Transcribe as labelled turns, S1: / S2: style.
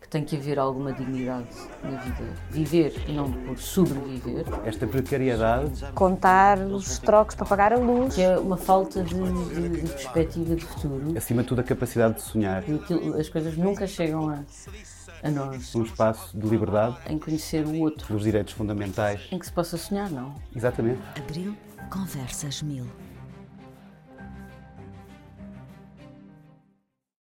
S1: que tem que haver alguma dignidade na vida. Viver e não por sobreviver.
S2: Esta precariedade
S3: Contar os trocos para pagar a luz.
S1: Que é uma falta de, de- de perspectiva de futuro.
S2: acima de tudo a capacidade de sonhar,
S1: E aquilo- as coisas nunca chegam a, a nós.
S2: um espaço de liberdade,
S1: Em conhecer o outro.
S2: dos direitos fundamentais.
S1: Em que se possa sonhar, não?
S2: Exatamente.
S4: Abril Conversas Mil.